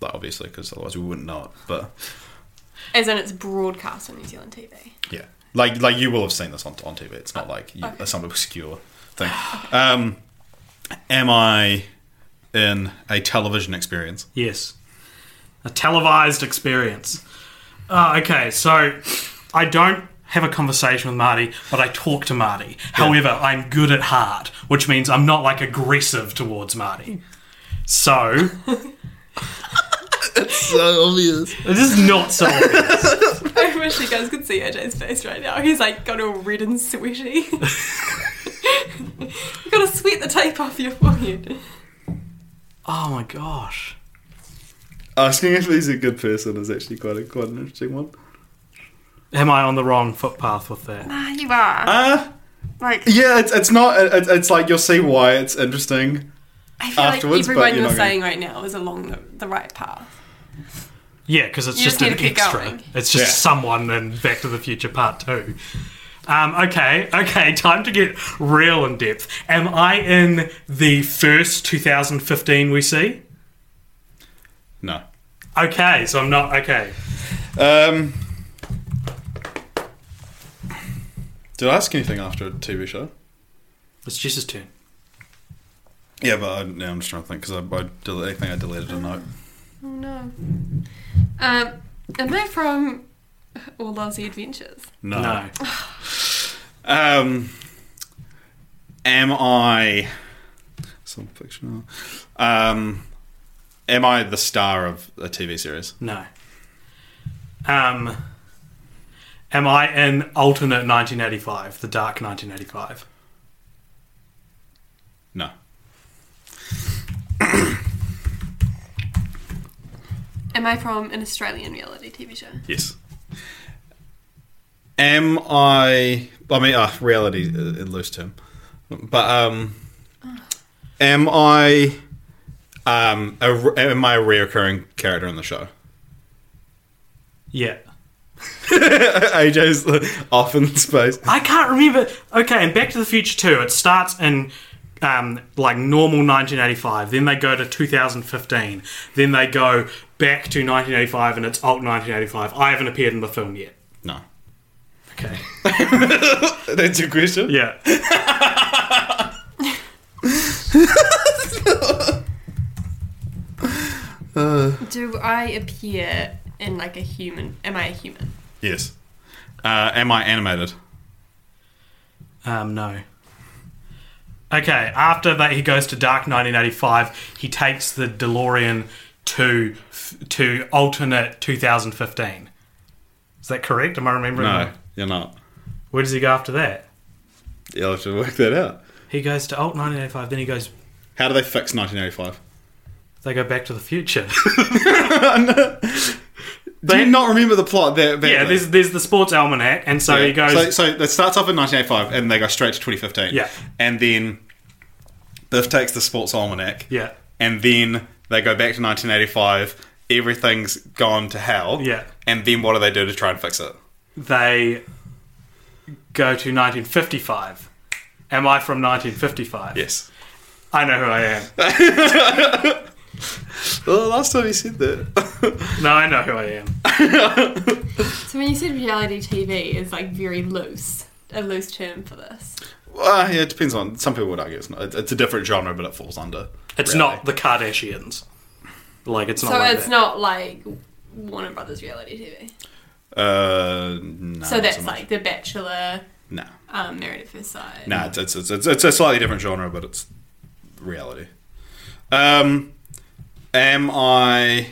But obviously, because otherwise we wouldn't know it. But As in, it's broadcast on New Zealand TV. yeah, like like you will have seen this on on TV. It's not like you, some obscure thing. Um, am I in a television experience? Yes. A televised experience. Uh, okay, so I don't have a conversation with Marty, but I talk to Marty. However, I'm good at heart, which means I'm not like aggressive towards Marty. So. it's so obvious. This is not so obvious. I wish you guys could see AJ's face right now. He's like got all red and sweaty. you gotta sweat the tape off your forehead. Oh my gosh. Asking if he's a good person is actually quite a quite an interesting one. Am I on the wrong footpath with that? Ah, you are. Uh, like, yeah, it's it's not. It, it's like you'll see why it's interesting. I feel afterwards, but like everyone you're you're not gonna- saying right now is along the, the right path. Yeah, because it's You just, just need an to keep extra. going. It's just Yeah. someone in Back to the Future Part 2. Um, okay, okay, time to get real in depth. Am I in the first 2015 we see? No. Okay, so I'm not. Okay. Um, did I ask anything after a TV show? It's Jess's turn. Yeah, but I, yeah, I'm just trying to think because I, I, del- I think I deleted a note. Oh no. Um, am I from All Aussie Adventures? No. No. Um, am I some fictional? Um, am I the star of a TV series? No. Um, am I in alternate 1985, the dark 1985? No. Am I from an Australian reality TV show? Yes. Am I? I mean, uh, reality uh, in loose term, but um, am I? Um, a, am I a reoccurring character on the show? Yeah. AJ's off in space. I can't remember. Okay, and Back to the Future 2, it starts in um, like normal 1985, then they go to 2015, then they go back to 1985 and it's alt 1985. I haven't appeared in the film yet. No, Okay. that's your question. Yeah. Do I appear in like a human? Am I a human? Yes. Uh, am I animated? Um, no. Okay, after that, he goes to Dark 1985. He takes the DeLorean to to alternate 2015. Is that correct? Am I remembering? No, that? you're not. Where does he go after that? You'll have to work that out. He goes to alt 1985. Then he goes How do they fix 1985? They go back to the future. Do you not remember the plot there? yeah, there's there's the sports almanac, and so he goes. So, so that starts off in 1985, and they go straight to 2015. Yeah. and then Biff takes the sports almanac. Yeah. and then they go back to 1985. Everything's gone to hell. Yeah. and then what do they do to try and fix it? they go to 1955. Am I from 1955? Yes. I know who I am. Well, last time you said that. No, I know who I am. So when you said reality TV is like very loose, a loose term for this. Well, yeah, it depends on. Some people would argue it's not. It's, it's a different genre, but it falls under. It's reality. not the Kardashians. Like it's not. so like it's that. not like Warner Brothers reality TV. Uh, no. so that's like The Bachelor, No. um, Married at First Sight. No, it's, it's, it's, it's, it's a slightly different genre, but it's reality. Um, am I.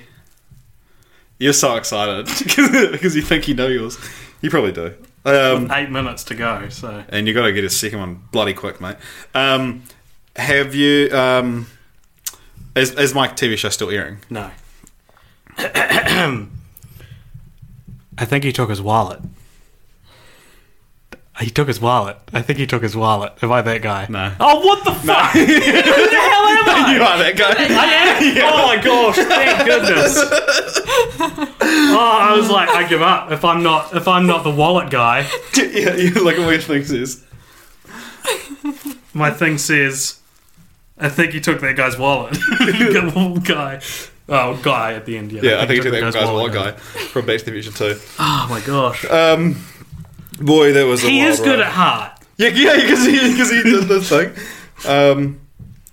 You're so excited because you think you know yours. You probably do. Um, eight minutes to go. So and you got to get a second one bloody quick, mate. Um, have you. Um, is, is my TV show still airing? no. I think he took his wallet. He took his wallet. I think he took his wallet. Am I that guy? No. Oh, what the fuck? Who the hell am I? You are that guy. I am. Oh my gosh! Thank goodness. oh, I was like, I give up. If I'm not, if I'm not the wallet guy, yeah, you look at weird things is. my thing says, I think he took that guy's wallet. guy. Oh, guy at the end. Yeah, Yeah, I think you took that guy's wallet guy Uh, from Back to the Future too. Oh my gosh. Boy, that was a he wild is good ride. at heart. yeah, yeah, because he because he did the thing. Um,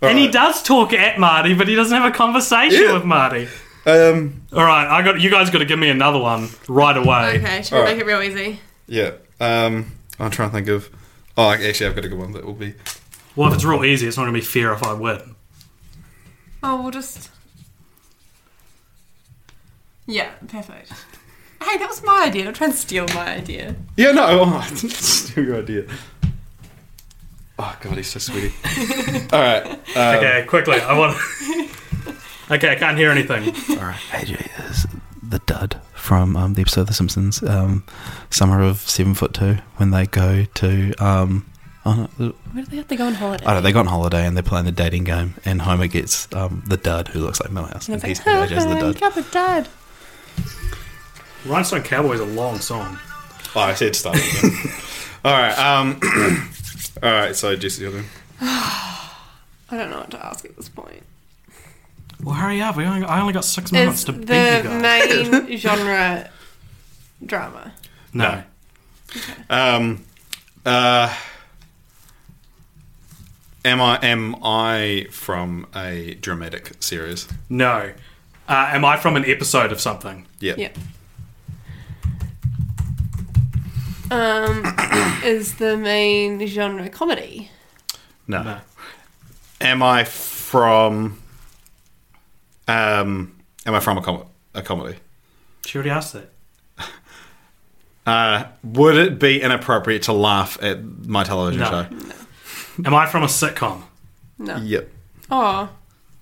And he Alright. does talk at Marty, but he doesn't have a conversation Yeah. with Marty. um, All right, I got you guys. Got to give me another one right away. Okay, should we make it real easy? yeah. Um, I'm trying to think of. Oh, actually, I've got a good one that will be. Well, if it's real easy, it's not going to be fair if I win. Oh, we'll just. Yeah, perfect. Hey, that was my idea. Don't try and steal my idea. Yeah, no. Oh, it's a good idea. Oh god, he's so sweetie. All right. Uh, Okay, quickly. I want. okay, I can't hear anything. All right, AJ is the dud from um, the episode of The Simpsons, um, Summer of Seven Foot Two, when they go to. Um, oh no, Where do they have to go on holiday? I don't know, they got on holiday and they're playing the dating game, and Homer gets um, the dud who looks like Millhouse, and, he's AJ's the dud. Cup of dad. Rhinestone Cowboy is a long song. Oh, I said start again. all right. Um, all right. So Jesse, you're doing. I don't know what to ask at this point. Well, hurry up! We only got, I only got six minutes Is to beat you guys. the main genre drama? no, Um, uh, am I am I from a dramatic series? no. Uh, am I from an episode of something? Yeah. Yeah. Um, is the main genre comedy? No. No. Am I from? Um, am I from a, com- a comedy? She already asked that. Uh, would it be inappropriate to laugh at my television No. show? Am I from a sitcom? No. Yep. Oh,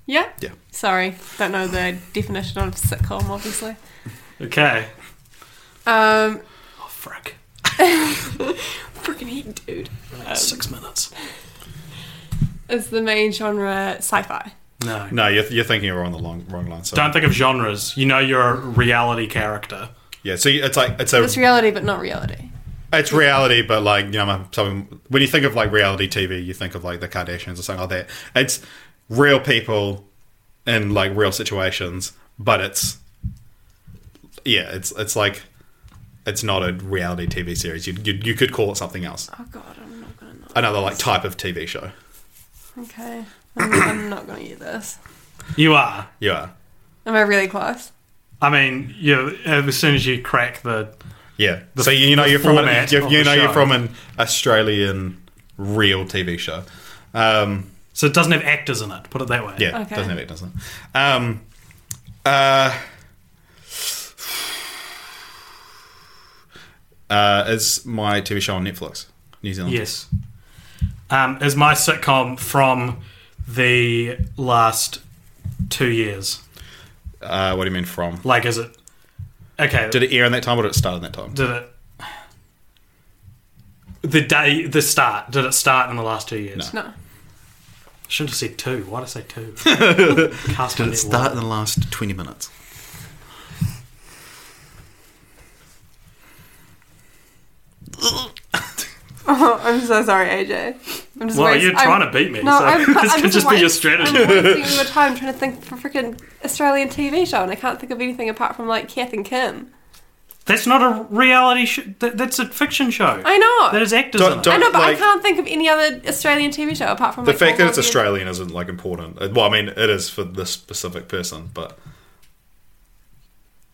yeah. Yeah. Sorry, don't know the definition of sitcom, obviously. Okay. Um, Oh frick! freaking heat, dude. six minutes. Is the main genre sci-fi? No. No, you're, you're thinking along the long, wrong line. So Don't think of genres. You know you're a reality character. yeah, so you- it's like it's a It's reality, but not reality. It's reality, but like you know, I'm something. When you think of like reality TV, you think of like the Kardashians or something like that. It's real people in like real situations, but it's yeah, it's it's like it's not a reality TV series. You you, you could call it something else, Oh God, I'm not gonna know. another like type of TV show. Okay, I'm, I'm not gonna get this. You are. Yeah, Am I really close? I mean, you as soon as you crack the yeah. so you know you're from an, format you, of you the know show. you're from an Australian real TV show. Um, so it doesn't have actors in it. Put it that way. Yeah, Okay. doesn't have it, doesn't it? Um, uh, uh, is my TV show on Netflix, New Zealand? Yes. Um, is my sitcom from the last two years? Uh, what do you mean from? Like, is it? Okay. Did it air in that time or did it start in that time? Did it? The day, the start. Did it start in the last two years? No. Shouldn't have said two. Why did I say two? Cast Did a it net start wide. in the last 20 minutes? Oh, I'm so sorry, AJ. I'm just Well, wasting- you're trying to beat me, so this could just be your strategy. I'm wasting your time trying to think for freaking Australian TV show, and I can't think of anything apart from like Kath and Kim. That's not a reality. Sh- that, that's a fiction show. I know. That is actors Don't- in it. don't- I know, but like- I can't think of any other Australian TV show apart from The like, fact that All it's About You. Australian isn't like important. Uh, Well, I mean, it is for this specific person, but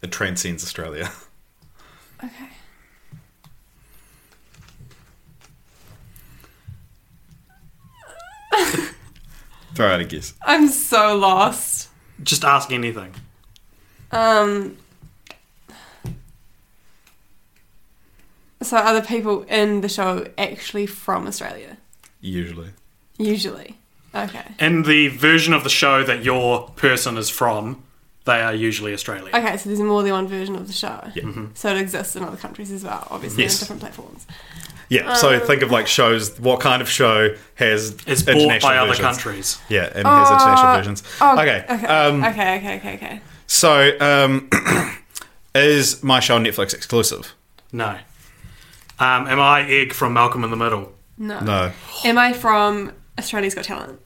it transcends Australia. Okay. Throw out a guess. I'm so lost. Just ask anything. Um. So are the people in the show actually from Australia? Usually, Usually. Okay. And the version of the show that your person is from They are usually Australian. Okay, so there's more than one version of the show. Yeah. So it exists in other countries as well, obviously Yes. on different platforms. Yeah, Um. so think of like shows. What kind of show has It's bought by other versions? countries. Yeah, and has international versions. Uh, Oh, okay, Okay. Um, okay. Okay. Okay. Okay. so um, is my show Netflix exclusive? No. Um, am I Egg from Malcolm in the Middle? No. No, Am I from Australia's Got Talent?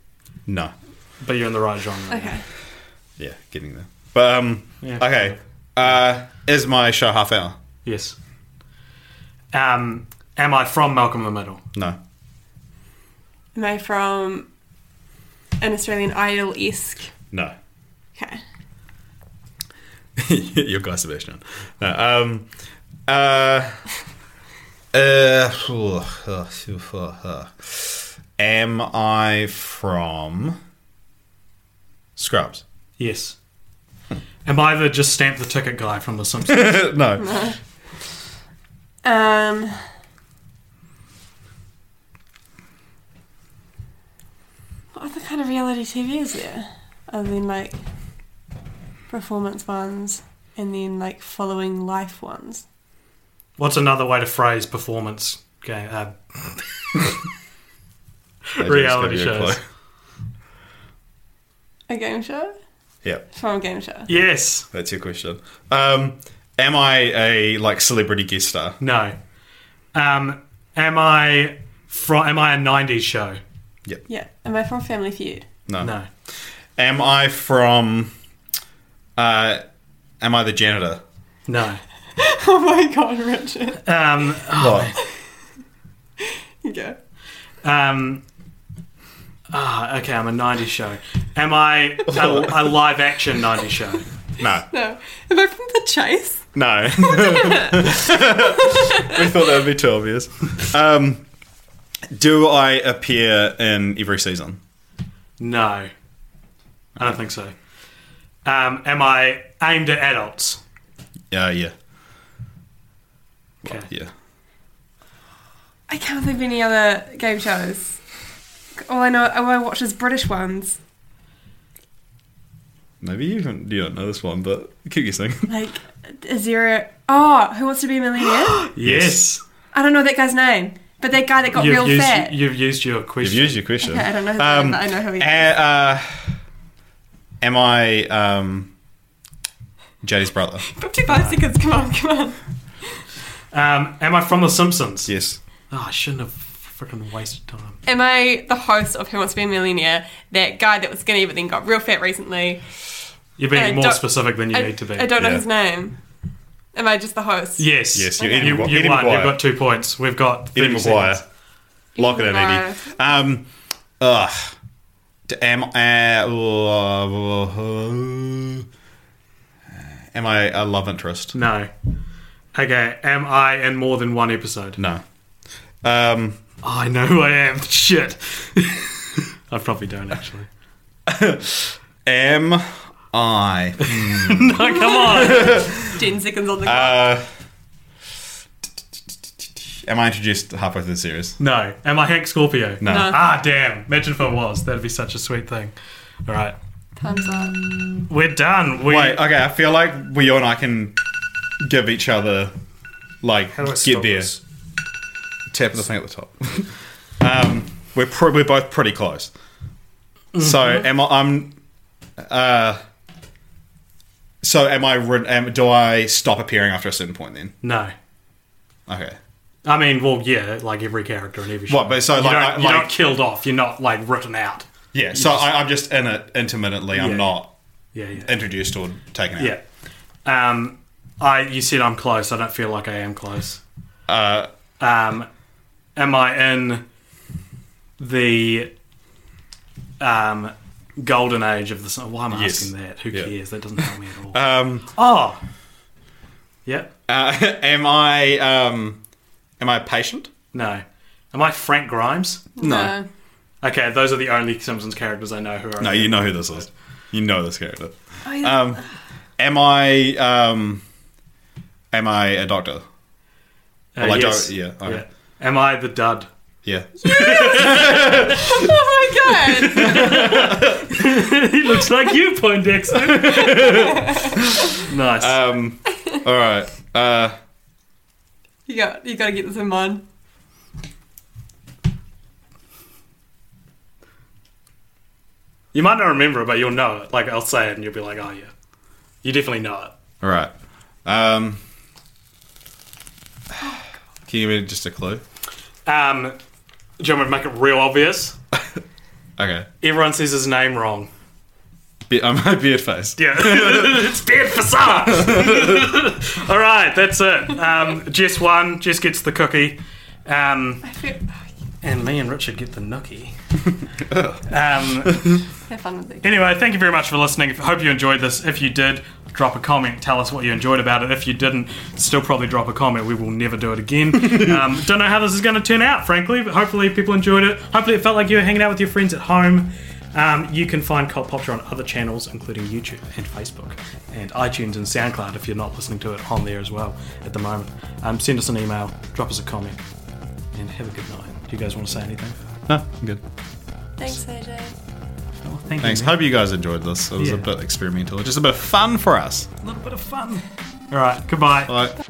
no. But you're in the right genre. Okay. Yeah, getting there. But um, Yeah. okay, uh, is my show half hour? Yes. Um, am I from Malcolm in the Middle? No, Am I from an Australian Idol esque? no. Okay. Your guy Sebastian. No, um, uh, uh, am I from Scrubs? Yes. Am I the just stamp the ticket guy from The Simpsons? no. Um. What other kind of reality TV is there? Other than like performance ones and then like following life ones. What's another way to phrase performance game? Uh, Maybe Reality it's gonna be a shows. clue. A game show? Yep, From a game show. yes. that's your question. Um, am I a like celebrity guest star? No. Um, am I from? Am I a '90s show? Yeah. Am I from Family Feud? No. No. Am I from? Uh, am I the janitor? No. Oh my god, Richard. Um, Oh, What? You go. um, ah, okay. I'm a '90s show. Am I a, a live action '90s show? No. No. Am I from The Chase? No. we thought that would be too obvious. Um, do I appear in every season? No. I don't think so. Um, am I aimed at adults? Uh, yeah. Okay. Yeah. I can't think of any other game shows. All I know, all I watch is British ones. Maybe you, haven't, you don't know this one, but keep guessing. Like, is there a. Oh, Who Wants to Be a Millionaire? Yes. I don't know that guy's name, but that guy that got real You've, used, fat. you've used your You've question. used your question. Okay, I don't know who Um, that is, but I know who he is. Uh, am I um, Jadie's brother? 55 seconds, come on, come on. um, am I from The Simpsons? Yes. Oh, I shouldn't have freaking wasted time. Am I the host of Who Wants to Be a Millionaire? That guy that was skinny but then got real fat recently. You're being I more Uh, don't- specific than you I, need to be. I don't know Yeah. his name. Am I just the host? Yes. Yes, You, you're Eddie you, Maguire. you Eddie won. Maguire. You've got two points. We've got 30 Eddie Maguire. seconds. Lock it in, Maguire. Eddie. Um, ugh. D- Am, uh, am I a love interest? No. Okay. Am I in more than one episode? No. Um, I know who I am. Shit. I probably don't actually. am I? Hmm. no, come on. 10 seconds on the clock. Uh, am I introduced halfway through the series? No. Am I Hank Scorpio? No. No. Ah, damn. Imagine if I was. That'd be such a sweet thing. All right. Time's up. We're done. We, Wait, okay. I feel like we all and I can give each other like How do I get stop there. this? Tap the thing at the top. um, we're pr- we're both pretty close. So Mm-hmm. am I? I'm. Uh, so am I? Re- am, do I stop appearing after a certain point? Then No. okay. I mean, well, yeah, like every character in every show. What, but so, you like, don't, I- you're like- not killed off. You're not like written out. Yeah. So I, I'm just in it intermittently. I'm Yeah. not Yeah, yeah, introduced or taken out. yeah. Um, I you said I'm close. I don't feel like I am close. Uh, Um, am I in the um golden age of the? sun? Why am I Yes. asking that? Who Yeah. cares? That doesn't help me at all. um, oh, yep. uh, am I? Um, am I a patient? No, am I Frank Grimes? No. Okay, those are the only Simpsons characters I know who are. Uh, No, you know who this is. You know this character. Oh, yeah. Um, am I? Um, am I a doctor? Uh, Like, yes. oh, yeah, okay. Am I the dud? Yeah. Oh my god! he looks like you, Poindexter. nice. Um, all right. Uh, You got you got to get this in mind. you might not remember it, but you'll know it. Like, I'll say it and you'll be like, oh, yeah. You definitely know it. all right. Um, can you give me just a clue? Um, do you want me to make it real obvious? Okay. Everyone says his name wrong. Be- I'm a beard face. Yeah, it's bad facade. All right, that's it. Um, Jess won. Jess gets the cookie, um, I feel- and me and Richard get the nookie. um, Have fun with it. anyway, thank you very much for listening. If- Hope you enjoyed this. If you did, drop a comment. Tell us what you enjoyed about it. If you didn't, still probably drop a comment. We will never do it again. um, don't know how this is going to turn out, frankly, but hopefully people enjoyed it. Hopefully it felt like you were hanging out with your friends at home. Um, you can find Cult Popture on other channels, including YouTube and Facebook, and iTunes and SoundCloud if you're not listening to it on there as well at the moment. Um, send us an email, drop us a comment, and have a good night. Do you guys want to say anything? No, I'm good. Thanks, AJ. Oh, thank Thanks. you. Hope you guys enjoyed this. It was Yeah. a bit experimental, just a bit of fun for us. A little bit of fun. All right, goodbye. Bye.